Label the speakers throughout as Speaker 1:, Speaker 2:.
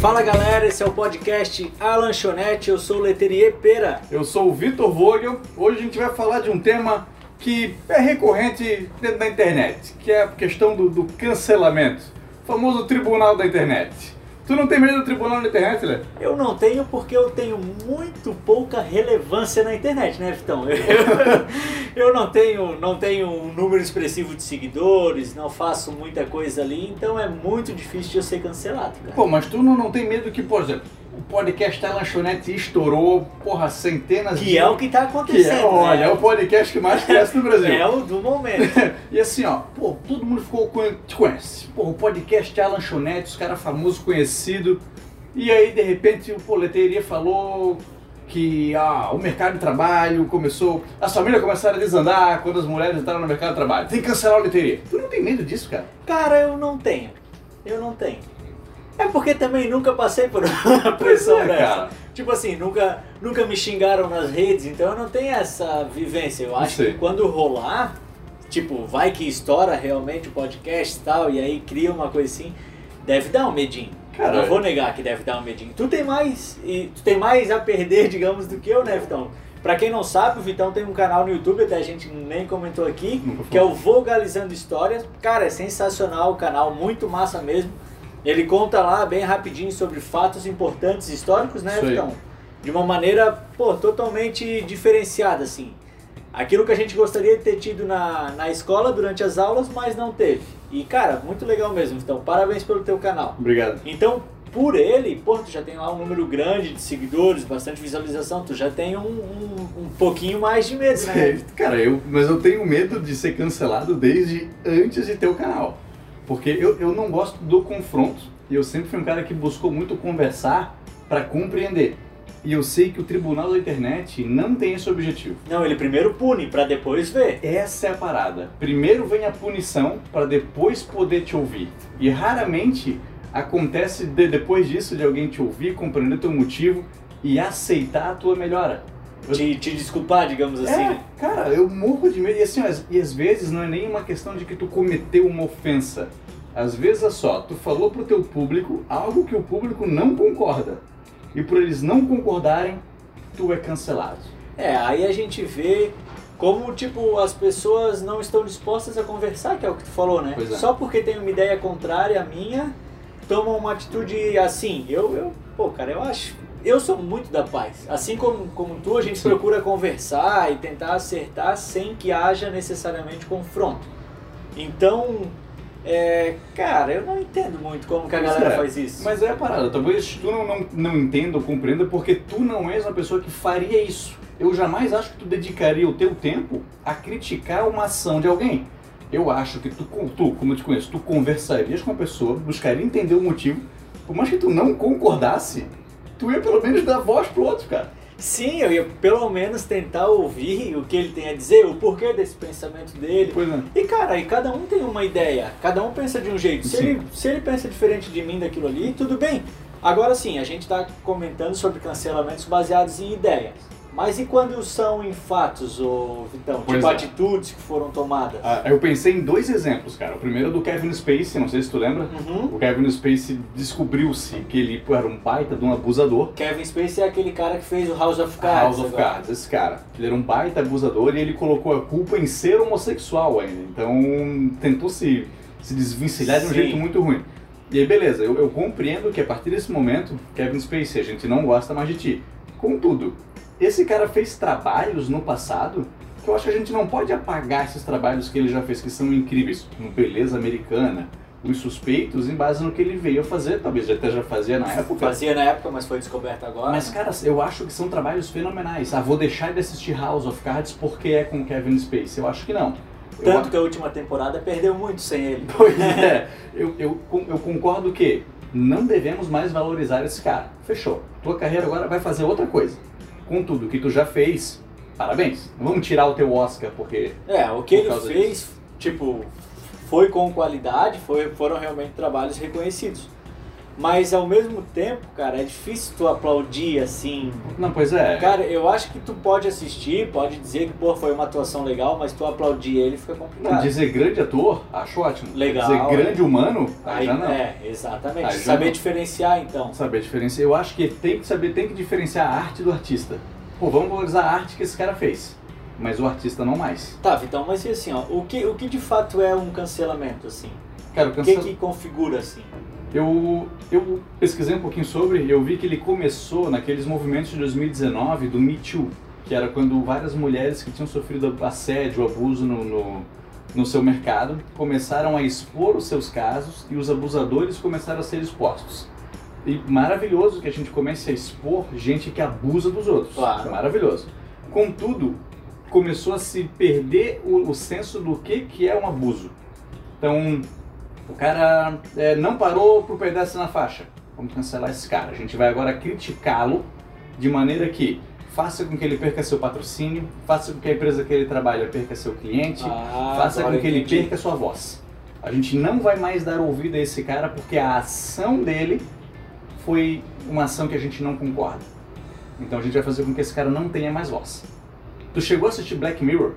Speaker 1: Fala galera, esse é o podcast A Lanchonete, eu sou o Leterier Pera.
Speaker 2: Eu sou o Vitor Vogel. Hoje a gente vai falar de um tema que é recorrente dentro da internet, que é a questão do, do cancelamento. O famoso tribunal da internet. Tu não tem medo do tribunal da internet, Lé?
Speaker 1: Eu não tenho porque eu tenho muito pouca relevância na internet, né, Vitão? Eu, eu não tenho, não tenho um número expressivo de seguidores, não faço muita coisa ali, então é muito difícil de eu ser cancelado, cara.
Speaker 2: Pô, mas tu não, não tem medo que, por exemplo, o podcast A Lanchonete estourou, porra, centenas de...
Speaker 1: Que é o que tá
Speaker 2: Que
Speaker 1: acontecendo.
Speaker 2: é, olha, é o
Speaker 1: né?
Speaker 2: podcast que tá mais cresce no Brasil.
Speaker 1: é o do momento.
Speaker 2: E assim, ó, pô, todo mundo ficou conhe- te conhece. Pô, o podcast é a lanchonete, os caras famosos, conhecido. E aí, de repente, o Poleteria falou que ah, o mercado de trabalho começou. As famílias começaram a desandar quando as mulheres entraram no mercado de trabalho. Tem que cancelar o leteria. Tu não tem medo disso, cara?
Speaker 1: Cara, eu não tenho. Eu não tenho. É porque também nunca passei por uma pressão
Speaker 2: é,
Speaker 1: dessa.
Speaker 2: cara.
Speaker 1: Tipo assim, nunca, nunca me xingaram nas redes, então eu não tenho essa vivência. Eu acho
Speaker 2: sei.
Speaker 1: que quando rolar, tipo, vai que estoura realmente o podcast e tal, e aí cria uma coisa assim, deve dar um medinho.
Speaker 2: Cara,
Speaker 1: não vou negar que deve dar um medinho. Tu tem mais, e tu tem mais a perder, digamos, do que eu, né, Vitão? Pra quem não sabe, o Vitão tem um canal no YouTube, até a gente nem comentou aqui,
Speaker 2: Nunca foi.
Speaker 1: que é o Vogalizando Histórias. Cara, é sensacional o canal, muito massa mesmo. Ele conta lá bem rapidinho sobre fatos importantes históricos, né,
Speaker 2: Isso aí.
Speaker 1: Vitão? De uma maneira, pô, totalmente diferenciada, assim. Aquilo que a gente gostaria de ter tido na, na escola durante as aulas, mas não teve. E, cara, muito legal mesmo, Vitão. Parabéns pelo teu canal.
Speaker 2: Obrigado.
Speaker 1: Então, por ele, pô, tu já tem lá um número grande de seguidores, bastante visualização, tu já tem um, um, um pouquinho mais de medo, né?
Speaker 2: é, Cara, eu, mas eu tenho medo de ser cancelado desde antes de ter o canal. Porque eu, eu não gosto do confronto e eu sempre fui um cara que buscou muito conversar para compreender. E eu sei que o tribunal da internet não tem esse objetivo.
Speaker 1: Não, ele primeiro pune, pra depois ver.
Speaker 2: Essa é a parada. Primeiro vem a punição para depois poder te ouvir. E raramente acontece de- depois disso de alguém te ouvir, compreender teu motivo e aceitar a tua melhora.
Speaker 1: Te, te desculpar, digamos assim.
Speaker 2: É, cara, eu morro de medo. E assim, ó, as- e às vezes não é nem uma questão de que tu cometeu uma ofensa. Às vezes é só, tu falou pro teu público algo que o público não concorda. E por eles não concordarem, tu é cancelado.
Speaker 1: É, aí a gente vê como, tipo, as pessoas não estão dispostas a conversar, que é o que tu falou, né?
Speaker 2: Pois é.
Speaker 1: Só porque tem uma ideia contrária à minha, tomam uma atitude assim. Eu, eu, pô, cara, eu acho. Eu sou muito da paz. Assim como, como tu, a gente
Speaker 2: Sim.
Speaker 1: procura conversar e tentar acertar sem que haja necessariamente confronto. Então, é, cara, eu não entendo muito como que a
Speaker 2: Pois
Speaker 1: galera
Speaker 2: é.
Speaker 1: faz isso.
Speaker 2: Mas é a parada, talvez tu não, não, não entenda ou compreenda porque tu não és uma pessoa que faria isso. Eu jamais acho que tu dedicaria o teu tempo a criticar uma ação de alguém. Eu acho que tu, con- tu como eu te conheço, tu conversarias com a pessoa, buscaria entender o motivo, por mais que tu não concordasse, tu ia pelo menos dar voz pro outro, cara.
Speaker 1: Sim, eu ia pelo menos tentar ouvir o que ele tem a dizer, o porquê desse pensamento dele,
Speaker 2: Pois é.
Speaker 1: E cara, e cada um tem uma ideia, cada um pensa de um jeito. Se
Speaker 2: Sim.
Speaker 1: ele, se ele pensa diferente de mim daquilo ali, tudo bem. Agora sim, a gente está comentando sobre cancelamentos baseados em ideias. Mas e quando são em fatos, ô Vitão?
Speaker 2: Pois
Speaker 1: tipo
Speaker 2: é.
Speaker 1: atitudes que foram tomadas?
Speaker 2: Ah, eu pensei em dois exemplos, cara. O primeiro é do Kevin Spacey, não sei se tu lembra.
Speaker 1: Uhum.
Speaker 2: O Kevin Spacey descobriu-se que ele pô, era um baita de um abusador.
Speaker 1: Kevin Spacey é aquele cara que fez o House of Cards.
Speaker 2: House of
Speaker 1: agora.
Speaker 2: Cards, esse cara. Ele era um baita abusador e ele colocou a culpa em ser homossexual ainda. Então tentou se, se desvencilhar de um
Speaker 1: Sim.
Speaker 2: jeito muito ruim. E aí, beleza, eu, eu compreendo que a partir desse momento, Kevin Spacey, a gente não gosta mais de ti. Contudo, esse cara fez trabalhos no passado que eu acho que a gente não pode apagar esses trabalhos que ele já fez, que são incríveis. No Beleza Americana, Os Suspeitos, em base no que ele veio a fazer, talvez até já fazia na época.
Speaker 1: Fazia na época, mas foi descoberto agora.
Speaker 2: Mas, cara, eu acho que são trabalhos fenomenais. Ah, vou deixar de assistir House of Cards porque é com Kevin Spacey. Eu acho que não. Eu
Speaker 1: Tanto
Speaker 2: acho-
Speaker 1: que a última temporada perdeu muito sem ele.
Speaker 2: Pois é. Eu, eu, con- eu concordo que não devemos mais valorizar esse cara. Fechou. Tua carreira agora vai fazer outra coisa. Contudo, o que tu já fez, parabéns. Não Vamos tirar o teu Oscar porque...
Speaker 1: É, o que
Speaker 2: Por
Speaker 1: ele
Speaker 2: causa
Speaker 1: fez, tipo, foi com qualidade, foi, foram realmente trabalhos reconhecidos. Mas ao mesmo tempo, cara, é difícil tu aplaudir assim.
Speaker 2: Não, pois é.
Speaker 1: Cara, eu acho que tu pode assistir, pode dizer que pô, foi uma atuação legal, mas tu aplaudir ele fica
Speaker 2: Não,
Speaker 1: complicado.
Speaker 2: dizer grande ator, acho ótimo.
Speaker 1: Legal.
Speaker 2: Dizer grande humano, aí
Speaker 1: Aí,
Speaker 2: Ah, já não.
Speaker 1: É, exatamente.
Speaker 2: Aí já
Speaker 1: Saber
Speaker 2: não.
Speaker 1: diferenciar então.
Speaker 2: Saber diferenciar. Eu acho que tem que saber, tem que diferenciar a arte do artista. Pô, vamos valorizar a arte que esse cara fez. Mas o artista não mais.
Speaker 1: Tá, Vitão, mas e assim, ó, o que, o que de fato é um cancelamento, assim?
Speaker 2: Cara, o
Speaker 1: O que
Speaker 2: cancel...
Speaker 1: que configura, assim?
Speaker 2: eu, eu pesquisei um pouquinho sobre e eu vi que ele começou naqueles movimentos de 2019 do Me Too, que era quando várias mulheres que tinham sofrido assédio, abuso no, no, no seu mercado, começaram a expor os seus casos e os abusadores começaram a ser expostos. E maravilhoso que a gente comece a expor gente que abusa dos outros.
Speaker 1: Claro.
Speaker 2: Maravilhoso. Contudo, começou a se perder o, o senso do que, que é um abuso. Então, o cara é, não parou pro pedestre na faixa. Vamos cancelar esse cara. A gente vai agora criticá-lo de maneira que faça com que ele perca seu patrocínio, faça com que a empresa que ele trabalha perca seu cliente,
Speaker 1: Ah,
Speaker 2: faça
Speaker 1: agora
Speaker 2: com que ele
Speaker 1: entendi.
Speaker 2: perca sua voz. A gente não vai mais dar ouvido a esse cara porque a ação dele foi uma ação que a gente não concorda. Então a gente vai fazer com que esse cara não tenha mais voz. Tu chegou a assistir Black Mirror?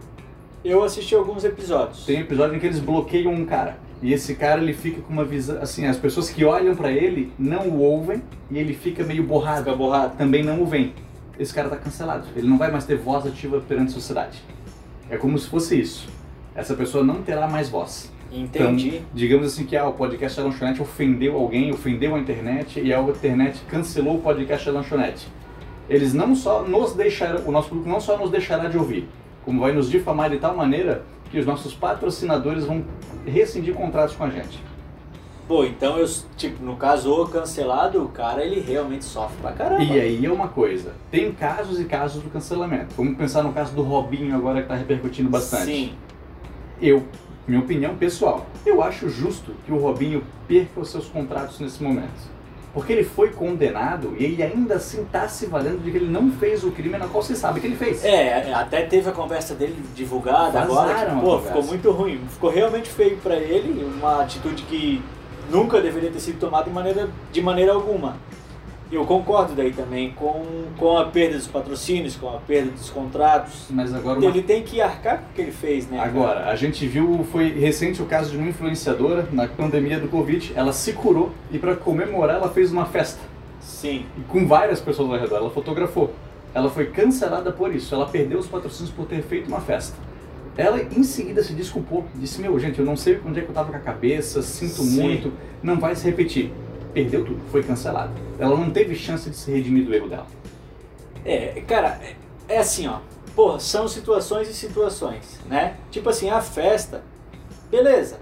Speaker 1: Eu assisti alguns episódios.
Speaker 2: Tem episódio em que eles bloqueiam um cara. E esse cara ele fica com uma visão. Assim, as pessoas que olham pra ele não o ouvem e ele fica meio borrado.
Speaker 1: Fica borrado.
Speaker 2: Também não o veem. Esse cara tá cancelado. Ele não vai mais ter voz ativa perante a sociedade. É como se fosse isso. Essa pessoa não terá mais voz.
Speaker 1: Entendi.
Speaker 2: Então, Digamos assim que ah, o podcast da lanchonete ofendeu alguém, ofendeu a internet e a internet cancelou o podcast da lanchonete. Eles não só nos deixarão, o nosso público não só nos deixará de ouvir, como vai nos difamar de tal maneira que os nossos patrocinadores vão rescindir contratos com a gente.
Speaker 1: Pô, então eu, tipo, no caso, o cancelado, o cara, ele realmente sofre pra caramba.
Speaker 2: E aí é uma coisa, tem casos e casos do cancelamento. Vamos pensar no caso do Robinho agora que está repercutindo bastante.
Speaker 1: Sim.
Speaker 2: Eu, minha opinião pessoal, eu acho justo que o Robinho perca os seus contratos nesse momento. Porque ele foi condenado e ele ainda assim tá se valendo de que ele não fez o crime na qual se sabe que ele fez.
Speaker 1: É, até teve a conversa dele divulgada
Speaker 2: Vazaram
Speaker 1: agora.
Speaker 2: a
Speaker 1: Que, pô,
Speaker 2: conversa.
Speaker 1: ficou muito ruim. Ficou realmente feio pra ele, uma atitude que nunca deveria ter sido tomada de maneira, de maneira alguma. Eu concordo daí também com, com a perda dos patrocínios, com a perda dos contratos.
Speaker 2: Mas agora uma...
Speaker 1: Ele tem que arcar com o que ele fez, né? cara?
Speaker 2: agora a gente viu foi recente o caso de uma influenciadora na pandemia do Covid, ela se curou e para comemorar ela fez uma festa
Speaker 1: Sim.
Speaker 2: e com várias pessoas ao redor, ela fotografou. Ela foi cancelada por isso, ela perdeu os patrocínios por ter feito uma festa. Ela em seguida se desculpou, disse: Meu, gente, eu não sei onde é que eu tava com a cabeça, sinto
Speaker 1: Sim.
Speaker 2: muito, não vai se repetir. Perdeu tudo, foi cancelada. Ela não teve chance de se redimir do erro dela.
Speaker 1: É, cara, é- é assim, ó. Porra, são situações e situações, né? Tipo assim, a festa, beleza.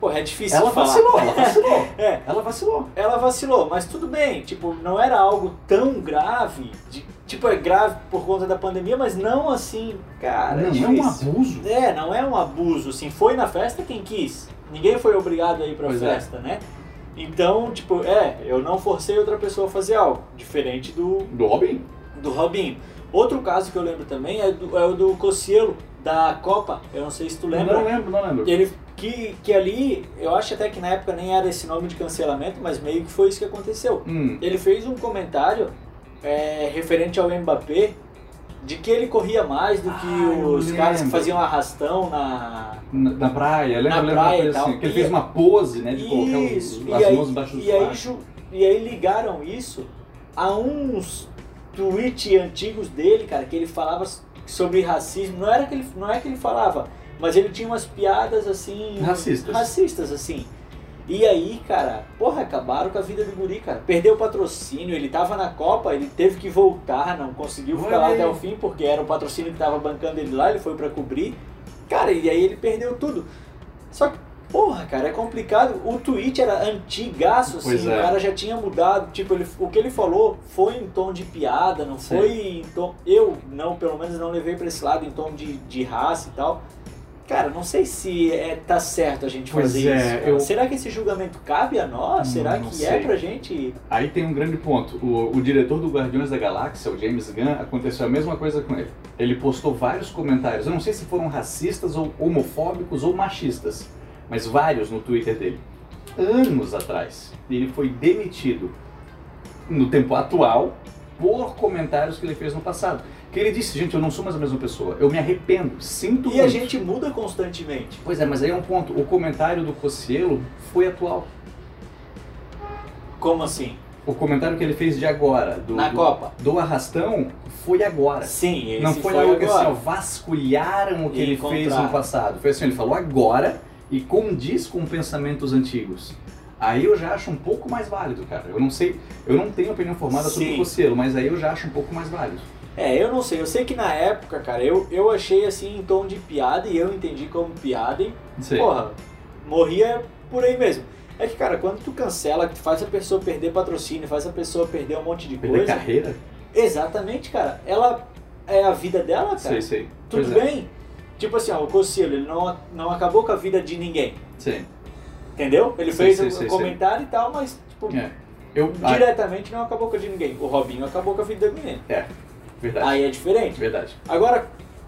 Speaker 1: Porra, é difícil
Speaker 2: ela
Speaker 1: falar.
Speaker 2: vacilou, ela vacilou,
Speaker 1: É,
Speaker 2: ela vacilou.
Speaker 1: ela vacilou, mas tudo bem, tipo, não era algo tão grave, de- tipo, é grave por conta da pandemia, mas não assim, cara, é
Speaker 2: não é um
Speaker 1: difícil.
Speaker 2: abuso.
Speaker 1: É, não é um abuso, assim, foi na festa quem quis, ninguém foi obrigado a ir pra
Speaker 2: Pois é.
Speaker 1: festa, né? Então, tipo, é, eu não forcei outra pessoa a fazer algo, diferente do,
Speaker 2: Do Robin?
Speaker 1: do Robinho. Outro caso que eu lembro também é, do- é o do Cocielo, da Copa, eu não sei se tu lembra.
Speaker 2: Não lembro, não lembro.
Speaker 1: Ele, que, que ali, eu acho até que na época nem era esse nome de cancelamento, mas meio que foi isso que aconteceu.
Speaker 2: Hum,
Speaker 1: Ele fez um comentário é, referente ao Mbappé de que ele corria mais do que
Speaker 2: Ah, eu
Speaker 1: os caras que
Speaker 2: lembro.
Speaker 1: faziam arrastão na.
Speaker 2: na, na praia, lembra,
Speaker 1: Na
Speaker 2: lembra
Speaker 1: praia
Speaker 2: uma
Speaker 1: e
Speaker 2: coisa
Speaker 1: tal.
Speaker 2: assim, que ele
Speaker 1: E-
Speaker 2: fez uma pose, né, de colocar os-
Speaker 1: Isso, e
Speaker 2: as
Speaker 1: aí,
Speaker 2: mãos embaixo do
Speaker 1: e, aí, ju- e aí ligaram isso a uns tweets antigos dele, cara, que ele falava s- sobre racismo. Não, era que ele, não é que ele falava, mas ele tinha umas piadas assim.
Speaker 2: Racistas.
Speaker 1: Racistas, assim. E aí, cara, porra, acabaram com a vida do guri, cara. Perdeu o patrocínio, ele tava na Copa, ele teve que voltar, não conseguiu ficar
Speaker 2: Olha
Speaker 1: lá
Speaker 2: aí.
Speaker 1: até o fim, porque era o patrocínio que tava bancando ele lá, ele foi pra cobrir. Cara, e aí ele perdeu tudo. Só que, porra, cara, é complicado. O tweet era antigaço, assim,
Speaker 2: Pois é.
Speaker 1: o cara já tinha mudado. Tipo, ele, o que ele falou foi em tom de piada, não
Speaker 2: Sim.
Speaker 1: foi em tom. Eu, não, pelo menos, não levei pra esse lado em tom de, de raça e tal. Cara, não sei se é, tá certo a gente
Speaker 2: Pois
Speaker 1: fazer
Speaker 2: é,
Speaker 1: isso. cara.
Speaker 2: eu-
Speaker 1: Será que esse julgamento cabe a nós?
Speaker 2: Hum,
Speaker 1: Será
Speaker 2: não
Speaker 1: que é
Speaker 2: sei.
Speaker 1: pra gente?
Speaker 2: Aí tem um grande ponto. O, o diretor do Guardiões da Galáxia, o James Gunn, aconteceu a mesma coisa com ele. Ele postou vários comentários, eu não sei se foram racistas ou homofóbicos ou machistas, mas vários no Twitter dele. anos atrás. Ele foi demitido no tempo atual por comentários que ele fez no passado. Que ele disse, gente, eu não sou mais a mesma pessoa, eu me arrependo, sinto
Speaker 1: E
Speaker 2: muito.
Speaker 1: a gente muda constantemente.
Speaker 2: Pois é, mas aí é um ponto, o comentário do Cossielo foi atual.
Speaker 1: Como assim?
Speaker 2: O comentário que ele fez de agora, do,
Speaker 1: Na
Speaker 2: do-
Speaker 1: Copa.
Speaker 2: do arrastão, foi agora.
Speaker 1: Sim, esse
Speaker 2: não foi,
Speaker 1: foi,
Speaker 2: algo que assim, ó,
Speaker 1: agora.
Speaker 2: vasculharam o que
Speaker 1: E
Speaker 2: ele fez
Speaker 1: encontraram.
Speaker 2: no passado. Foi assim, ele falou agora e condiz com pensamentos antigos. Aí eu já acho um pouco mais válido, cara. Eu não sei, eu não tenho opinião formada sobre
Speaker 1: Sim.
Speaker 2: o Cossielo, mas aí eu já acho um pouco mais válido.
Speaker 1: É, eu não sei. Eu sei que na época, cara, eu, eu achei assim em tom de piada e eu entendi como piada e,
Speaker 2: Não sei.
Speaker 1: porra, morria por aí mesmo. É que, cara, quando tu cancela, que tu faz a pessoa perder patrocínio, faz a pessoa perder um monte de
Speaker 2: Perder
Speaker 1: coisa.
Speaker 2: carreira?
Speaker 1: Exatamente, cara. Ela é a vida dela, cara.
Speaker 2: Sei, sei.
Speaker 1: Tudo
Speaker 2: Pois é.
Speaker 1: bem? Tipo assim, ó, o Conselho, ele não, não acabou com a vida de ninguém.
Speaker 2: Sim.
Speaker 1: Entendeu? Ele
Speaker 2: Sei,
Speaker 1: fez
Speaker 2: sei,
Speaker 1: um
Speaker 2: sei,
Speaker 1: comentário e tal, mas, tipo,
Speaker 2: É. Eu, ah,
Speaker 1: diretamente não acabou com a de ninguém. O Robinho acabou com a vida do menino.
Speaker 2: verdade.
Speaker 1: Aí é diferente.
Speaker 2: Verdade.
Speaker 1: Agora,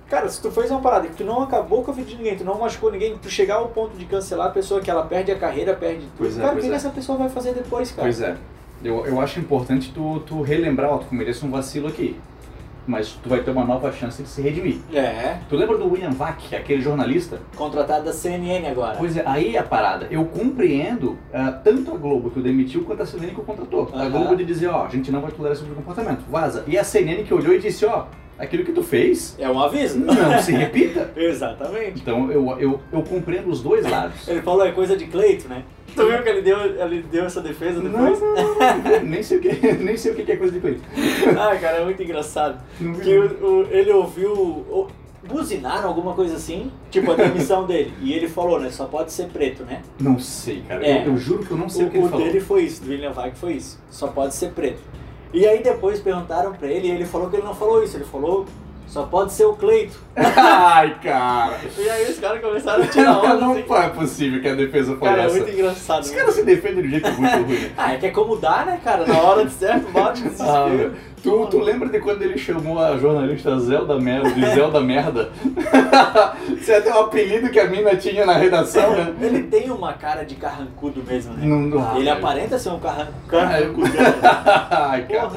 Speaker 1: cara, se tu fez uma parada que tu não acabou com a vida de ninguém, tu não machucou ninguém, tu chegar ao ponto de cancelar a pessoa que ela perde a carreira, perde tudo.
Speaker 2: Pois é,
Speaker 1: cara, o
Speaker 2: pois
Speaker 1: que que
Speaker 2: é.
Speaker 1: essa pessoa vai fazer depois, cara?
Speaker 2: Pois é. Eu, eu acho importante tu, tu relembrar, ó, tu começa um vacilo aqui. Mas tu vai ter uma nova chance de se redimir.
Speaker 1: É,
Speaker 2: Tu lembra do William Vac, aquele jornalista?
Speaker 1: contratado da CNN agora.
Speaker 2: Pois é, aí é a parada. Eu compreendo ah, tanto a Globo que o demitiu quanto a CNN que o contratou. A
Speaker 1: Aham.
Speaker 2: Globo de dizer, ó, a gente não vai tolerar esse tipo de comportamento, vaza. E a CNN que olhou e disse, ó, aquilo que tu fez,
Speaker 1: É um aviso.
Speaker 2: não se repita.
Speaker 1: Exatamente.
Speaker 2: Então eu, eu, eu compreendo os dois lados.
Speaker 1: Ele falou é coisa de Cleito, né?
Speaker 2: Hum.
Speaker 1: Tu viu que ele deu, ele deu essa defesa depois?
Speaker 2: nem sei o que, nem sei o que que é coisa de Cleiton.
Speaker 1: Ah, cara, é muito engraçado.
Speaker 2: Não vi.
Speaker 1: Que o- o- ele ouviu. O, buzinaram alguma coisa assim, tipo a demissão dele. E ele falou, né? Só pode ser preto, né?
Speaker 2: Não sei, cara.
Speaker 1: É.
Speaker 2: Eu, eu juro que eu não sei o, que
Speaker 1: o
Speaker 2: ele falou.
Speaker 1: dele foi isso, do William Vague foi isso. Só pode ser preto. E aí depois perguntaram pra ele e ele falou que ele não falou isso, ele falou. Só pode ser o Cleito.
Speaker 2: Ai, cara.
Speaker 1: E aí os caras começaram a tirar onda.
Speaker 2: não
Speaker 1: Assim.
Speaker 2: é possível que a defesa foi
Speaker 1: Cara, é
Speaker 2: essa.
Speaker 1: muito engraçado.
Speaker 2: Os
Speaker 1: né?
Speaker 2: caras se defendem de um jeito muito ruim.
Speaker 1: Ah, é que é como dá, né, cara? Na hora de certo, bate o
Speaker 2: Ah,
Speaker 1: desespero.
Speaker 2: tu, tu lembra de quando ele chamou a jornalista Zelda Mello de Zelda Merda? Isso é até um apelido que a mina tinha na redação, né?
Speaker 1: um, Ele tem uma cara de carrancudo mesmo, né?
Speaker 2: Não dá.
Speaker 1: Ele
Speaker 2: velho.
Speaker 1: aparenta ser um carran-
Speaker 2: Ah, eu-
Speaker 1: carrancudo.
Speaker 2: Ai, cara.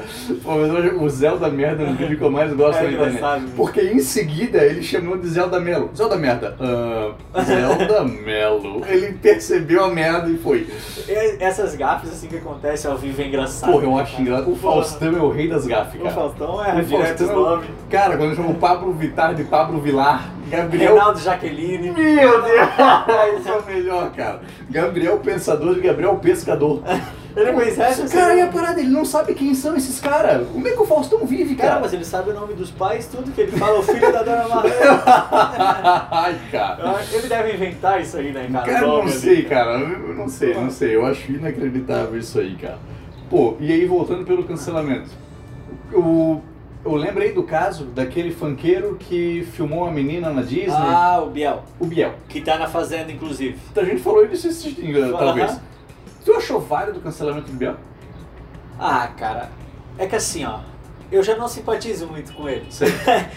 Speaker 2: Pô, mas hoje o Zelda Merda é um vídeo que eu mais gosto
Speaker 1: É
Speaker 2: da internet.
Speaker 1: engraçado, né?
Speaker 2: Porque em seguida ele chamou de Zelda Melo. Zelda Merda. Ah, Zelda Melo. Ele percebeu a merda e foi.
Speaker 1: E Essas gafes assim que acontecem ao vivo é engraçado.
Speaker 2: Porra, eu acho engraçado. O
Speaker 1: Porra.
Speaker 2: Faustão é o rei das gafes,
Speaker 1: O
Speaker 2: cara.
Speaker 1: Faustão é
Speaker 2: O
Speaker 1: direto
Speaker 2: Faustão-
Speaker 1: nome.
Speaker 2: Cara, quando chamou Pablo Vittar de Pablo Vilar, Gabriel
Speaker 1: Reinaldo Jaqueline.
Speaker 2: Meu Deus! Esse é o melhor, cara. Gabriel Pensador e Gabriel Pescador.
Speaker 1: Ele conhece essa?
Speaker 2: Cara, e a parada? Ele não sabe quem são esses caras. Como é que o Faustão vive,
Speaker 1: Cara,
Speaker 2: cara?
Speaker 1: mas ele sabe o nome dos pais, tudo que ele fala, o filho da dona Marlene. Tá.
Speaker 2: Ai,
Speaker 1: Eu
Speaker 2: cara.
Speaker 1: acho que Ele deve inventar isso aí, né, cara?
Speaker 2: Cara, eu não
Speaker 1: Nome
Speaker 2: sei,
Speaker 1: ali.
Speaker 2: cara. Eu não sei, não sei. Eu acho inacreditável isso aí, cara. Pô, e aí voltando pelo cancelamento. Eu, eu lembrei do caso daquele funkeiro que filmou a menina na Disney,
Speaker 1: Ah, o Biel.
Speaker 2: o Biel.
Speaker 1: Que tá na fazenda, inclusive.
Speaker 2: A gente falou isso esses dias,
Speaker 1: Aham.
Speaker 2: talvez. Tu achou válido o cancelamento do Biel?
Speaker 1: Ah, cara. É que assim, ó. Eu já não simpatizo muito com ele.
Speaker 2: Sei,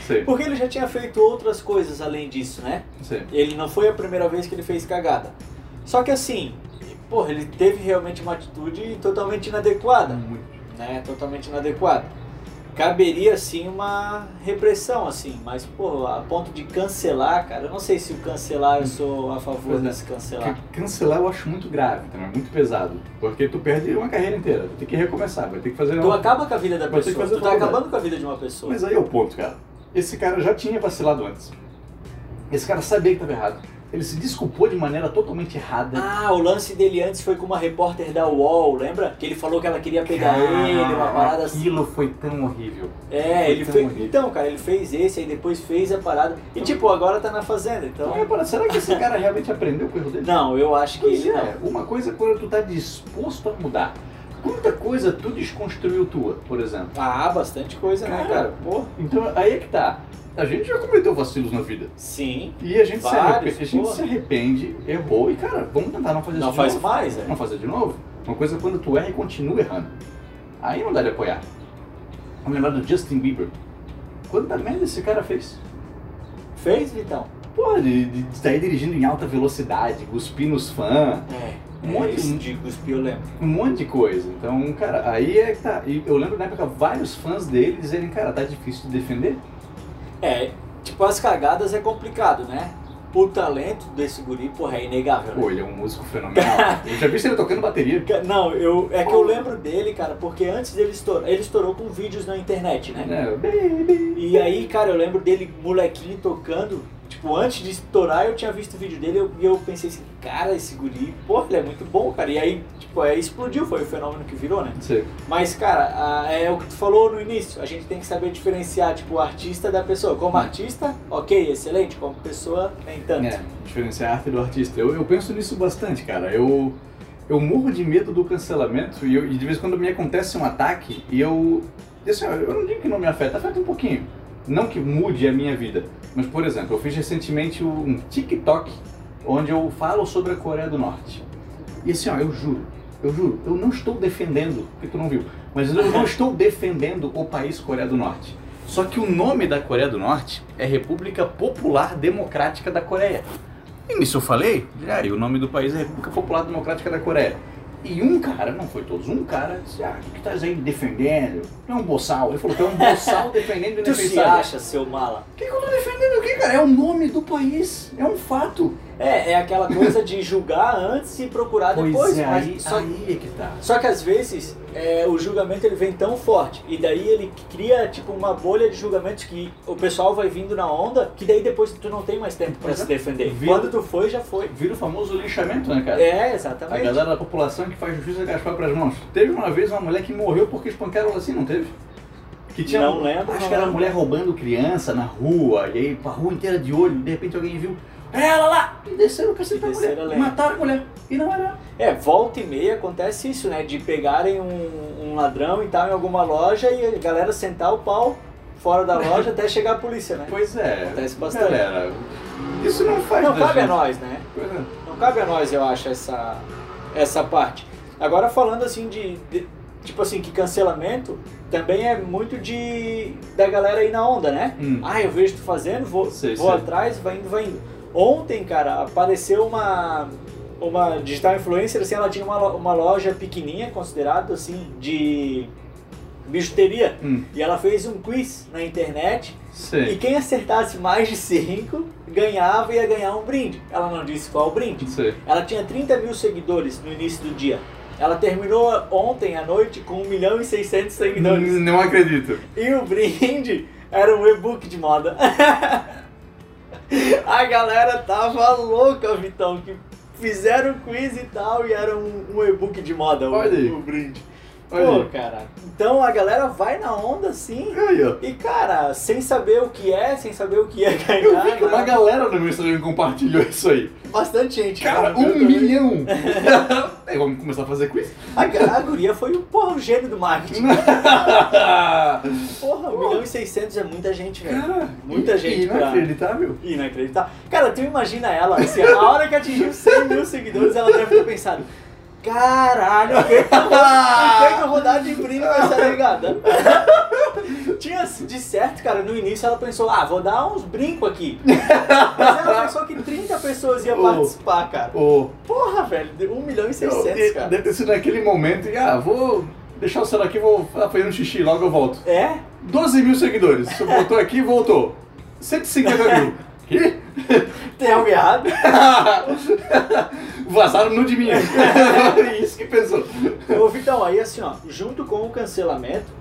Speaker 2: sei,
Speaker 1: Porque ele já tinha feito outras coisas além disso, né?
Speaker 2: sei.
Speaker 1: Ele não foi a primeira vez que ele fez cagada. Só que assim, porra, ele teve realmente uma atitude totalmente inadequada, né? Totalmente inadequada. Caberia sim uma repressão assim, mas pô, a ponto de cancelar, cara, eu não sei se o cancelar eu sou a favor
Speaker 2: Pois é.
Speaker 1: desse cancelar.
Speaker 2: Ca- Cancelar eu acho muito grave, também, muito pesado. Porque tu perde uma carreira inteira, tu tem que recomeçar, vai ter que fazer
Speaker 1: Tu
Speaker 2: uma...
Speaker 1: acaba com a vida da
Speaker 2: Mas tem que
Speaker 1: pessoa,
Speaker 2: fazer
Speaker 1: tu tá
Speaker 2: faculdade.
Speaker 1: acabando com a vida de uma pessoa.
Speaker 2: Mas aí é o ponto, cara. Esse cara já tinha vacilado antes. Esse cara sabia que tava errado. Ele se desculpou de maneira totalmente errada.
Speaker 1: Ah, o lance dele antes foi com uma repórter da UOL, lembra? Que ele falou que ela queria pegar ele, uma parada assim.
Speaker 2: aquilo foi tão horrível.
Speaker 1: É,
Speaker 2: Foi
Speaker 1: ele
Speaker 2: tão
Speaker 1: fez.
Speaker 2: horrível.
Speaker 1: Então, cara, ele fez esse, aí depois fez a parada. E tipo, agora tá na fazenda,
Speaker 2: Então,
Speaker 1: então.
Speaker 2: repara, será que esse cara realmente aprendeu com o erro dele?
Speaker 1: Não, eu acho que
Speaker 2: Pois
Speaker 1: ele
Speaker 2: é,
Speaker 1: não.
Speaker 2: uma coisa é quando tu tá disposto a mudar. Quanta coisa tu desconstruiu tua, por exemplo?
Speaker 1: Ah, bastante coisa, né, cara?
Speaker 2: Cara,
Speaker 1: Pô.
Speaker 2: Então aí é que tá. A gente já cometeu vacilos na vida.
Speaker 1: Sim.
Speaker 2: E a gente, se
Speaker 1: Vários,
Speaker 2: arrepende, a gente
Speaker 1: porra.
Speaker 2: se arrepende, errou e, cara, vamos tentar não fazer
Speaker 1: Não
Speaker 2: isso
Speaker 1: faz
Speaker 2: de novo.
Speaker 1: mais, é.
Speaker 2: Não fazer de novo. Uma coisa é quando tu erra e continua errando. Aí não dá de apoiar. Vamos lembrar do Justin Bieber. Quanta merda esse cara fez?
Speaker 1: Fez, então? Vitão?
Speaker 2: tá Porra, de, de, de sair dirigindo em alta velocidade, cuspir nos fãs.
Speaker 1: É.
Speaker 2: um
Speaker 1: É
Speaker 2: monte,
Speaker 1: isso de cuspir, eu lembro.
Speaker 2: um monte de coisa. Então, cara, aí é que tá. E eu lembro na época vários fãs dele dizerem, cara, tá difícil de defender.
Speaker 1: É, tipo, as cagadas é complicado, né? O talento desse guri, porra, é inegável. né?
Speaker 2: Pô, ele é um músico fenomenal. eu já vi ele tocando bateria.
Speaker 1: Ca- Não, eu, é que eu lembro dele, cara, porque antes dele estourar, ele estourou com vídeos na internet, né?
Speaker 2: É, baby.
Speaker 1: E aí, cara, eu lembro dele molequinho tocando. Tipo, antes de estourar, eu tinha visto o vídeo dele e eu, e eu pensei assim, cara, esse guri, pô, ele é muito bom, cara. E aí, tipo, aí explodiu, foi o fenômeno que virou, né?
Speaker 2: Não sei.
Speaker 1: Mas, cara, a- é o que tu falou no início. A gente tem que saber diferenciar, tipo, o artista da pessoa. Como artista, ok, excelente. Como pessoa, nem tanto.
Speaker 2: Hum. É, diferenciar a arte do artista. Eu, eu penso nisso bastante, cara. Eu, eu morro de medo do cancelamento e, eu- e de vez em quando me acontece um ataque e eu. e Assim, ó, eu não digo que não me afeta, afeta um pouquinho. Não que mude a minha vida. Mas, por exemplo, eu fiz recentemente um TikTok onde eu falo sobre a Coreia do Norte. E assim, ó, eu juro, eu juro, eu não estou defendendo, porque tu não viu, mas eu não estou defendendo o país Coreia do Norte. Só que o nome da Coreia do Norte é República Popular Democrática da Coreia. E nisso eu falei, ah, e o nome do país é República Popular Democrática da Coreia. E um cara, não foi todos, um cara disse, ah, o que estás aí defendendo? Tu é um boçal. Ele falou, tu é um boçal defendendo
Speaker 1: Tu se
Speaker 2: indefensável.
Speaker 1: acha, seu mala?
Speaker 2: O que, que eu tô defendendo aqui, cara? É o nome do país, é um fato.
Speaker 1: É, é aquela coisa de julgar antes e procurar Ah, depois. mas só,
Speaker 2: aí é que tá.
Speaker 1: só que às vezes é, o julgamento ele vem tão forte e daí ele cria tipo uma bolha de julgamentos que o pessoal vai vindo na onda que daí depois tu não tem mais tempo pra
Speaker 2: Pois
Speaker 1: se
Speaker 2: é.
Speaker 1: defender.
Speaker 2: Vira-
Speaker 1: Quando tu foi, já foi.
Speaker 2: Vira o famoso lixamento, né, cara?
Speaker 1: É,
Speaker 2: A
Speaker 1: exatamente.
Speaker 2: galera da população que faz justiça com as próprias mãos. Teve uma vez uma mulher que morreu porque espancaram ela assim, não teve? Que tinha, um-
Speaker 1: Não lembro, não
Speaker 2: Acho que era uma
Speaker 1: lembro.
Speaker 2: mulher roubando criança na rua, e aí a rua inteira de olho, de repente alguém viu. "É Ela lá! E desceram o cacete da
Speaker 1: E desceram
Speaker 2: mulher.
Speaker 1: a lenha.
Speaker 2: Mataram a mulher. E não era.
Speaker 1: É, volta e meia acontece isso, né? De pegarem um, um ladrão e tal em alguma loja e a galera sentar o pau fora da loja até chegar a polícia, né?
Speaker 2: Pois é.
Speaker 1: Acontece bastante.
Speaker 2: Galera, isso não faz
Speaker 1: Não
Speaker 2: da
Speaker 1: cabe a
Speaker 2: gente.
Speaker 1: nós, né?
Speaker 2: Pois é.
Speaker 1: Não cabe a nós, eu acho, essa, essa parte. Agora falando assim de, de- Tipo assim, que cancelamento também é muito de. da galera ir na onda, né?
Speaker 2: Hum.
Speaker 1: Ah, eu vejo tu fazendo, vou,
Speaker 2: Sei,
Speaker 1: vou
Speaker 2: sei.
Speaker 1: atrás, vai indo, vai indo. Ontem, cara, apareceu uma uma digital influencer, assim, ela tinha uma, lo- uma loja pequenininha, considerada assim, de bijuteria.
Speaker 2: Hum,
Speaker 1: E ela fez um quiz na internet e
Speaker 2: sei.
Speaker 1: quem acertasse mais de 5 ganhava e ia ganhar um brinde. Ela não disse qual o brinde.
Speaker 2: Sei.
Speaker 1: Ela tinha 30 mil seguidores no início do dia. Ela terminou ontem à noite com 1 milhão e 600 seguidores.
Speaker 2: Hum, Não acredito.
Speaker 1: E o brinde era um e-book de moda. A galera tava louca, Vitão, que fizeram quiz e tal e era um, um e-book de moda o,
Speaker 2: Olha aí.
Speaker 1: o brinde.
Speaker 2: Olha
Speaker 1: Pô,
Speaker 2: aí.
Speaker 1: cara, então a galera vai na onda assim
Speaker 2: Aí, ó.
Speaker 1: e, cara, sem saber o que é, sem saber o que é ganhar,
Speaker 2: Eu vi que uma
Speaker 1: né?
Speaker 2: galera no meu Instagram compartilhou isso aí.
Speaker 1: bastante gente.
Speaker 2: Cara,
Speaker 1: viu
Speaker 2: um
Speaker 1: também.
Speaker 2: milhão! Aí vamos começar a fazer quiz?
Speaker 1: A, ga- a guria foi o, porra, o gênio do marketing. Porra, 1 milhão e 600 é muita gente, velho.
Speaker 2: Cara,
Speaker 1: Muita
Speaker 2: i-
Speaker 1: gente pra-
Speaker 2: é Inacreditável.
Speaker 1: Inacreditável. Cara, tu imagina ela, assim, a hora que atingiu 100 mil seguidores, ela deve ter pensado, caralho, o que é que eu vou- o que é que eu vou dar de brinde pra essa negada? Tinha, de certo, cara, no início ela pensou, ah, vou dar uns brincos aqui. Mas ela pensou que 30 pessoas iam
Speaker 2: Oh.
Speaker 1: participar, cara.
Speaker 2: Ô,
Speaker 1: Porra, velho, deu 1 milhão e
Speaker 2: eu-
Speaker 1: 600, cara.
Speaker 2: Deve ter sido naquele momento e, ah, vou deixar o celular aqui, vou fazer um xixi, logo eu volto.
Speaker 1: É?
Speaker 2: 12 mil seguidores. Você botou aqui e voltou. 150 mil. Quê?
Speaker 1: Tem algo errado?
Speaker 2: Vazaram no de mim. É isso que pensou.
Speaker 1: Ô Vitão, aí assim, ó, junto com o cancelamento,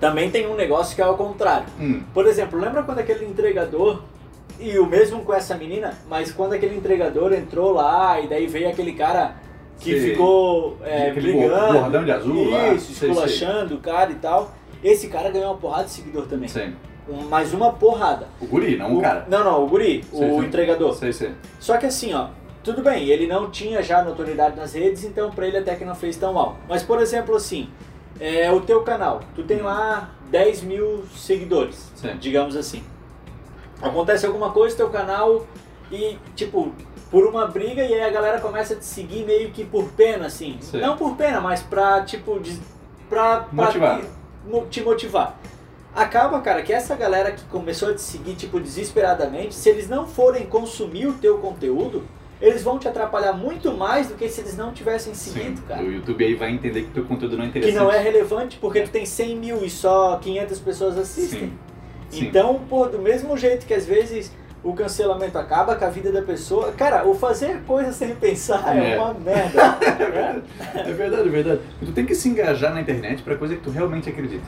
Speaker 1: também tem um negócio que é ao contrário.
Speaker 2: Hum,
Speaker 1: Por exemplo, lembra quando aquele entregador, e o mesmo com essa menina, mas quando aquele entregador entrou lá e daí veio aquele cara que
Speaker 2: Sei.
Speaker 1: ficou é,
Speaker 2: Aquele
Speaker 1: brigando.
Speaker 2: gordão de azul lá.
Speaker 1: Isso,
Speaker 2: Sei,
Speaker 1: esculachando o cara e tal. Esse cara ganhou uma porrada de seguidor também.
Speaker 2: sim.
Speaker 1: Um- Mais uma porrada.
Speaker 2: O guri, não o cara.
Speaker 1: Não, não, o guri,
Speaker 2: Sei,
Speaker 1: o
Speaker 2: sei.
Speaker 1: entregador.
Speaker 2: Sei, sei.
Speaker 1: Só que assim, ó, tudo bem, ele não tinha já notoriedade nas redes, então pra ele até que não fez tão mal. Mas, por exemplo, assim, é, o teu canal, tu
Speaker 2: Hum.
Speaker 1: tem lá 10 mil seguidores,
Speaker 2: Sim.
Speaker 1: digamos assim. Acontece alguma coisa, teu canal, e tipo, por uma briga, e aí a galera começa a te seguir meio que por pena, assim.
Speaker 2: Sim.
Speaker 1: Não por pena, mas pra, tipo, des- pra, pra
Speaker 2: Motivar.
Speaker 1: te- mo- te motivar. Acaba, cara, que essa galera que começou a te seguir, tipo, desesperadamente, se eles não forem consumir o teu conteúdo, eles vão te atrapalhar muito mais do que se eles não tivessem seguido,
Speaker 2: Sim,
Speaker 1: cara.
Speaker 2: O YouTube aí vai entender que teu conteúdo não é
Speaker 1: Que
Speaker 2: interessante.
Speaker 1: não é relevante porque tu tem 100 mil e só 500 pessoas assistem.
Speaker 2: Sim. Sim.
Speaker 1: Então, pô, do mesmo jeito que às vezes o cancelamento acaba com a vida da pessoa, cara, o fazer coisa sem pensar é,
Speaker 2: É.
Speaker 1: uma merda. né?
Speaker 2: É verdade, é verdade, é verdade. Tu tem que se engajar na internet pra coisa que tu realmente acredita.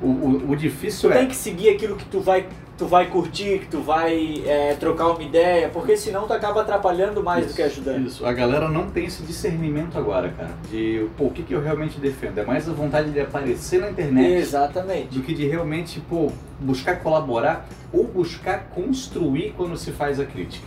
Speaker 2: O, o, o
Speaker 1: Tu
Speaker 2: difícil é.
Speaker 1: tem que seguir aquilo que tu vai, tu vai curtir, que tu vai é, trocar uma ideia, porque senão tu acaba atrapalhando mais do que ajudando.
Speaker 2: Isso, a galera não tem esse discernimento agora, cara. De, pô, o que, que eu realmente defendo? É mais a vontade de aparecer na internet
Speaker 1: Exatamente.
Speaker 2: do que de realmente, pô, buscar colaborar ou buscar construir quando se faz a crítica.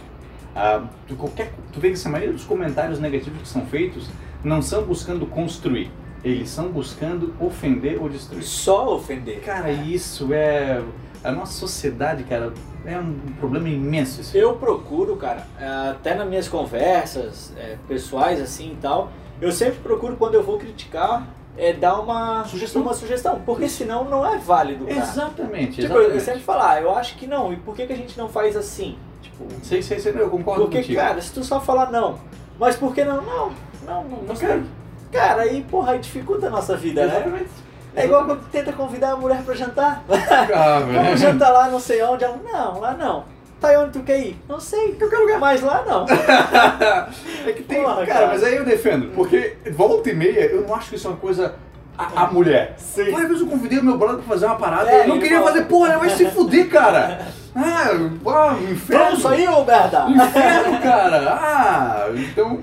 Speaker 2: Ah, tu, qualquer, tu vê que a maioria dos comentários negativos que são feitos não são buscando construir, eles são buscando ofender ou destruir.
Speaker 1: Só ofender.
Speaker 2: Cara, isso é. A nossa sociedade, cara, é um problema imenso isso. é
Speaker 1: Eu procuro, cara, até nas minhas conversas é, pessoais assim e tal, eu sempre procuro quando eu vou criticar é dar uma
Speaker 2: Sugestão.
Speaker 1: uma sugestão, porque senão não é válido, cara.
Speaker 2: Exatamente,
Speaker 1: Tipo, eu sempre falo, ah, eu acho que não, e por que, que a gente não faz assim? Tipo,
Speaker 2: Sei, sei, sei, eu concordo
Speaker 1: porque,
Speaker 2: contigo.
Speaker 1: cara, se tu só falar não, mas por que não? Não, não, não,
Speaker 2: Não
Speaker 1: sei.
Speaker 2: quero.
Speaker 1: Cara, é aí, porra, aí dificulta a nossa vida, né?
Speaker 2: Exatamente.
Speaker 1: É igual quando tu tenta convidar a mulher pra jantar.
Speaker 2: Ah,
Speaker 1: Vamos
Speaker 2: velho.
Speaker 1: jantar lá, não sei onde. Ela, não, lá não. Tá aí onde tu quer ir? Não sei, qualquer lugar. Mas lá não.
Speaker 2: É que tem.
Speaker 1: Porra,
Speaker 2: cara,
Speaker 1: cara.
Speaker 2: mas aí eu defendo, porque volta e meia eu não acho que isso é uma coisa. A, a mulher.
Speaker 1: Sim.
Speaker 2: Uma vez eu convidei o meu brother pra fazer uma parada
Speaker 1: É,
Speaker 2: ele não
Speaker 1: ele
Speaker 2: queria
Speaker 1: fala-
Speaker 2: fazer porra, vai se fuder, cara. Ah, ah, inferno. Um
Speaker 1: Vamos sair, ô merda!
Speaker 2: Inferno, cara! Ah, então.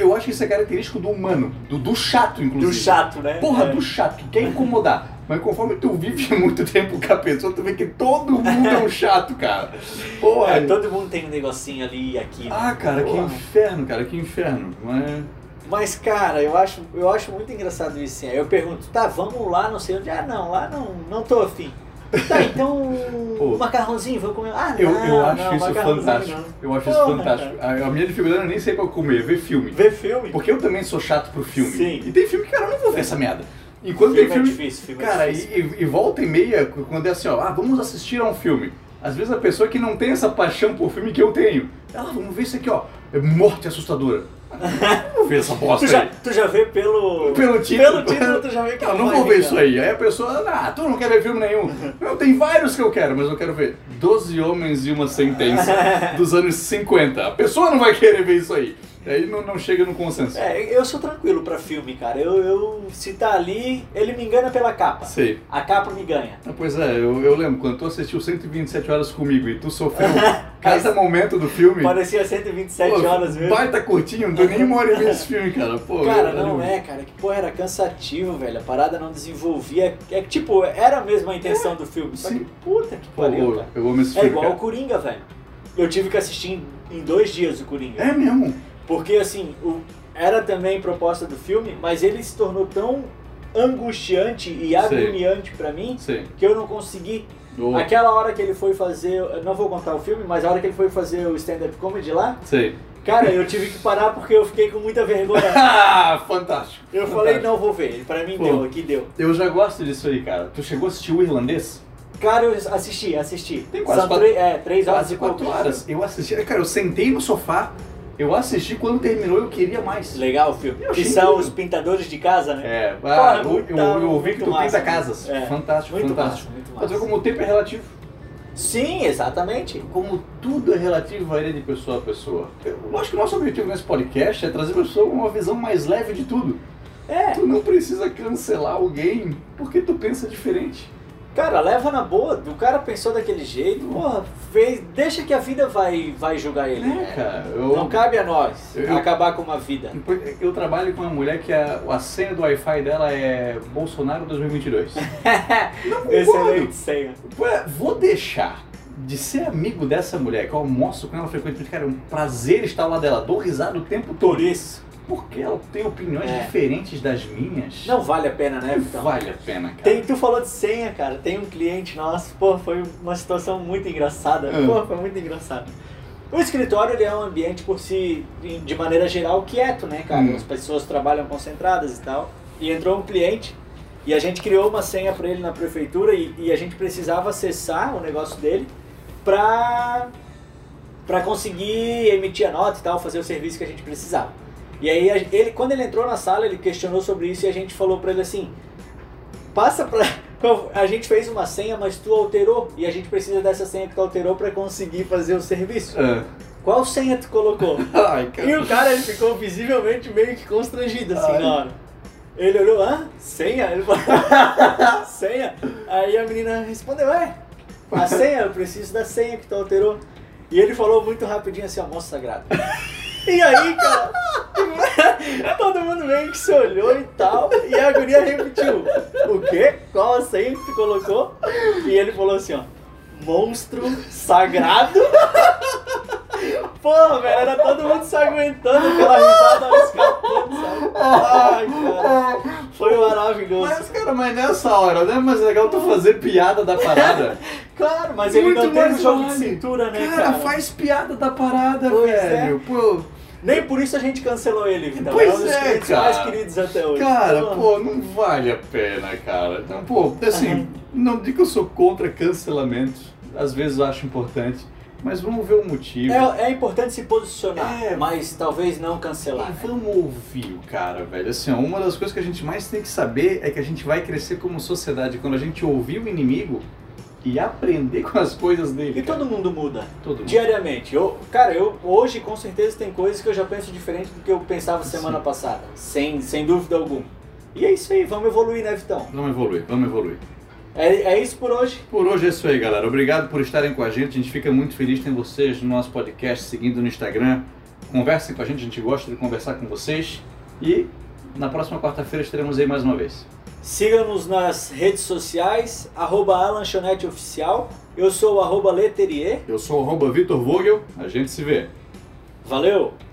Speaker 2: Eu acho que isso é característico do humano, do, do chato, inclusive.
Speaker 1: Do chato, né?
Speaker 2: Porra,
Speaker 1: É.
Speaker 2: do chato, quer incomodar. Mas conforme tu vive muito tempo com a pessoa, tu vê que todo mundo é um chato, cara. Porra.
Speaker 1: É, todo mundo tem um negocinho ali e aqui. né?
Speaker 2: Ah, cara, que
Speaker 1: Porra.
Speaker 2: inferno, cara, que inferno. é? Mas...
Speaker 1: Mas, cara, eu acho, eu acho muito engraçado isso. Assim. Aí eu pergunto, tá, vamos lá, não sei onde. Ah, não, lá não, não tô afim. Tá, então
Speaker 2: Pô.
Speaker 1: o macarrãozinho, vamos comer. Ah, não,
Speaker 2: Eu, eu acho
Speaker 1: não,
Speaker 2: isso
Speaker 1: macarrãozinho
Speaker 2: fantástico.
Speaker 1: não.
Speaker 2: Eu acho isso
Speaker 1: Porra,
Speaker 2: fantástico. A a minha dificuldade eu nem sei pra comer, é ver filme.
Speaker 1: Ver filme?
Speaker 2: Porque eu também sou chato pro filme.
Speaker 1: Sim.
Speaker 2: E tem filme que, cara, eu não vou ver essa merda. Enquanto tem
Speaker 1: filme é
Speaker 2: filme
Speaker 1: difícil, filme é
Speaker 2: Cara, e,
Speaker 1: difícil.
Speaker 2: e- e volta e meia, cu- quando é assim, ó, ah, vamos assistir a um filme. Às vezes a pessoa que não tem essa paixão por filme que eu tenho, ela, ah, vamos ver isso aqui, ó, é morte assustadora. Vamos ver essa bosta
Speaker 1: Tu
Speaker 2: aí.
Speaker 1: já, tu já vê pelo.
Speaker 2: Pelo
Speaker 1: Pelo
Speaker 2: título.
Speaker 1: título, tu já vê que é
Speaker 2: Eu não
Speaker 1: uma
Speaker 2: vou ver
Speaker 1: vibe,
Speaker 2: isso aí. Aí a pessoa, ah, tu não quer ver filme nenhum. Eu tenho vários que eu quero, mas eu quero ver Doze Homens e uma Sentença, dos anos 50. A pessoa não vai querer ver isso aí. Aí não, não chega no consenso.
Speaker 1: É, eu sou tranquilo pra filme, cara. Eu, eu, se tá ali, ele me engana pela capa.
Speaker 2: Sei.
Speaker 1: A capa me ganha.
Speaker 2: Ah, Pois é, eu, eu lembro, quando tu assistiu 127 horas comigo e tu sofreu cada momento do filme.
Speaker 1: Parecia 127
Speaker 2: pô,
Speaker 1: horas mesmo.
Speaker 2: Baita curtinho, não deu nem uma hora e meia esse filme, cara. Pô,
Speaker 1: Cara,
Speaker 2: eu-
Speaker 1: não
Speaker 2: eu-
Speaker 1: é, cara. Que porra, era cansativo, velho. A parada não desenvolvia. É que, tipo, era mesmo a intenção do filme. é. Só que
Speaker 2: sim.
Speaker 1: puta que
Speaker 2: Pô,
Speaker 1: pariu,
Speaker 2: eu,
Speaker 1: cara.
Speaker 2: eu amo esse
Speaker 1: É
Speaker 2: filme.
Speaker 1: igual o
Speaker 2: cara.
Speaker 1: Coringa, velho. Eu tive que assistir em, em dois dias o Coringa.
Speaker 2: É mesmo.
Speaker 1: Porque, assim, o- era também proposta do filme, mas ele se tornou tão angustiante e agoniante pra mim
Speaker 2: Sim.
Speaker 1: que eu não consegui.
Speaker 2: Eu-
Speaker 1: Aquela hora que ele foi fazer, eu não vou contar o filme, mas a hora que ele foi fazer o stand-up comedy lá,
Speaker 2: Sei.
Speaker 1: cara, eu tive que parar porque eu fiquei com muita vergonha.
Speaker 2: Ah, fantástico.
Speaker 1: Eu
Speaker 2: fantástico.
Speaker 1: falei, não, vou ver. Pra mim
Speaker 2: Pô.
Speaker 1: deu, aqui deu.
Speaker 2: Eu já gosto disso aí, cara. Tu chegou a assistir o irlandês?
Speaker 1: Cara, eu assisti, assisti.
Speaker 2: Tem quase
Speaker 1: São
Speaker 2: quatro-
Speaker 1: três- é, três horas
Speaker 2: Quase
Speaker 1: e
Speaker 2: quatro
Speaker 1: pouco.
Speaker 2: horas. Eu assisti. Cara, eu sentei no sofá, eu assisti quando terminou, eu queria mais.
Speaker 1: Legal o filme.
Speaker 2: Eu
Speaker 1: Que
Speaker 2: achei
Speaker 1: são
Speaker 2: lindo.
Speaker 1: os pintadores de casa, né?
Speaker 2: É,
Speaker 1: Cara,
Speaker 2: ah, eu,
Speaker 1: muito-
Speaker 2: eu, eu ouvi que
Speaker 1: muito
Speaker 2: tu
Speaker 1: massa.
Speaker 2: pinta casas.
Speaker 1: É.
Speaker 2: Fantástico,
Speaker 1: Muito
Speaker 2: fantástico.
Speaker 1: massa, muito
Speaker 2: Mas vê
Speaker 1: massa.
Speaker 2: como o tempo é relativo.
Speaker 1: Sim, exatamente.
Speaker 2: Como tudo é relativo, varia de pessoa a pessoa. Eu acho que o nosso objetivo nesse podcast é trazer para a pessoa uma visão mais leve de tudo.
Speaker 1: É,
Speaker 2: Tu não precisa cancelar alguém porque tu pensa diferente.
Speaker 1: cara, leva na boa. O cara pensou daquele jeito, porra, fez, deixa que a vida vai, vai julgar ele.
Speaker 2: Né, cara? Eu,
Speaker 1: Não cabe a nós
Speaker 2: Eu-
Speaker 1: acabar com uma vida.
Speaker 2: eu trabalho com uma mulher que a, a senha do Wi-Fi dela é Bolsonaro 2022. não concordo.
Speaker 1: Excelente senha.
Speaker 2: Pô, Vou deixar de ser amigo dessa mulher, que eu almoço com ela frequentemente, cara, é um prazer estar ao lado dela, dou risada o tempo
Speaker 1: Por
Speaker 2: todo.
Speaker 1: isso,
Speaker 2: Porque ela tem opiniões
Speaker 1: É.
Speaker 2: diferentes das minhas. É,
Speaker 1: não vale a pena, né, Vitão?
Speaker 2: vale a pena, cara.
Speaker 1: Tem, tu falou de senha, cara. Tem um cliente nosso, pô, foi uma situação muito engraçada.
Speaker 2: Ah.
Speaker 1: Pô, foi muito engraçado. O escritório ele é um ambiente por si, de maneira geral, quieto, né, cara?
Speaker 2: Hum.
Speaker 1: As pessoas trabalham concentradas e tal. E entrou um cliente e a gente criou uma senha pra ele na prefeitura e, e a gente precisava acessar o negócio dele pra para conseguir emitir a nota e tal, fazer o serviço que a gente precisava. E aí a- ele, quando ele entrou na sala, ele questionou sobre isso e a gente falou para ele assim: passa para a gente fez uma senha, mas tu alterou e a gente precisa dessa senha que tu alterou para conseguir fazer o serviço. Qual senha tu colocou?
Speaker 2: Ah. Ai, cara.
Speaker 1: E o cara ele ficou visivelmente meio que constrangido assim
Speaker 2: Ai.
Speaker 1: na hora. Ele olhou, hã? Senha? Ele falou, senha? Aí a menina respondeu, é, a senha, eu preciso da senha que tu alterou. E ele falou muito rapidinho assim, almoço sagrado. E aí, cara, todo mundo meio que se olhou e tal, e a guria repetiu, o quê? Qual a senha que tu colocou? E ele falou assim, ó, monstro sagrado. Porra, velho, era todo mundo se aguentando pela risada escapando, sabe? Ai, cara, foi
Speaker 2: Mas,
Speaker 1: maravilhoso.
Speaker 2: cara, É, mas nessa hora, né? Mas é legal tu fazer piada da parada.
Speaker 1: Claro, mas ele
Speaker 2: Muito
Speaker 1: não teve
Speaker 2: mais
Speaker 1: jogo de
Speaker 2: online.
Speaker 1: cintura, né, cara?
Speaker 2: cara, faz piada da parada,
Speaker 1: Pois
Speaker 2: velho. Pô,
Speaker 1: Nem por isso a gente cancelou ele, Vitão.
Speaker 2: Pois
Speaker 1: um dos
Speaker 2: é,
Speaker 1: clientes
Speaker 2: cara.
Speaker 1: mais queridos até hoje.
Speaker 2: Cara, pô, não vale a pena, cara. Então, pô, assim,
Speaker 1: Aham.
Speaker 2: não digo que eu sou contra cancelamentos, às vezes eu acho importante, mas vamos ver o motivo.
Speaker 1: É, é importante se posicionar,
Speaker 2: É.
Speaker 1: mas talvez não
Speaker 2: E
Speaker 1: cancelar.
Speaker 2: vamos ouvir o cara, velho. Assim, ó, uma das coisas que a gente mais tem que saber é que a gente vai crescer como sociedade quando a gente ouvir o inimigo e aprender com as coisas dele.
Speaker 1: E todo mundo muda,
Speaker 2: Todo mundo.
Speaker 1: diariamente. Eu, cara, eu hoje com certeza tem coisas que eu já penso diferente do que eu pensava semana passada. Sem, sem dúvida alguma. E é isso aí, vamos evoluir, né, Vitão?
Speaker 2: Vamos evoluir, vamos evoluir.
Speaker 1: É, é isso por hoje.
Speaker 2: Por hoje é isso aí, galera. Obrigado por estarem com a gente. A gente fica muito feliz em vocês no nosso podcast, seguindo no Instagram. Conversem com a gente, a gente gosta de conversar com vocês. E na próxima quarta-feira estaremos aí mais uma vez.
Speaker 1: Siga-nos nas redes sociais, arroba a lanchonete oficial. Eu sou o arroba Leterier.
Speaker 2: Eu sou o arroba Vitor Vogel. A gente se vê.
Speaker 1: Valeu!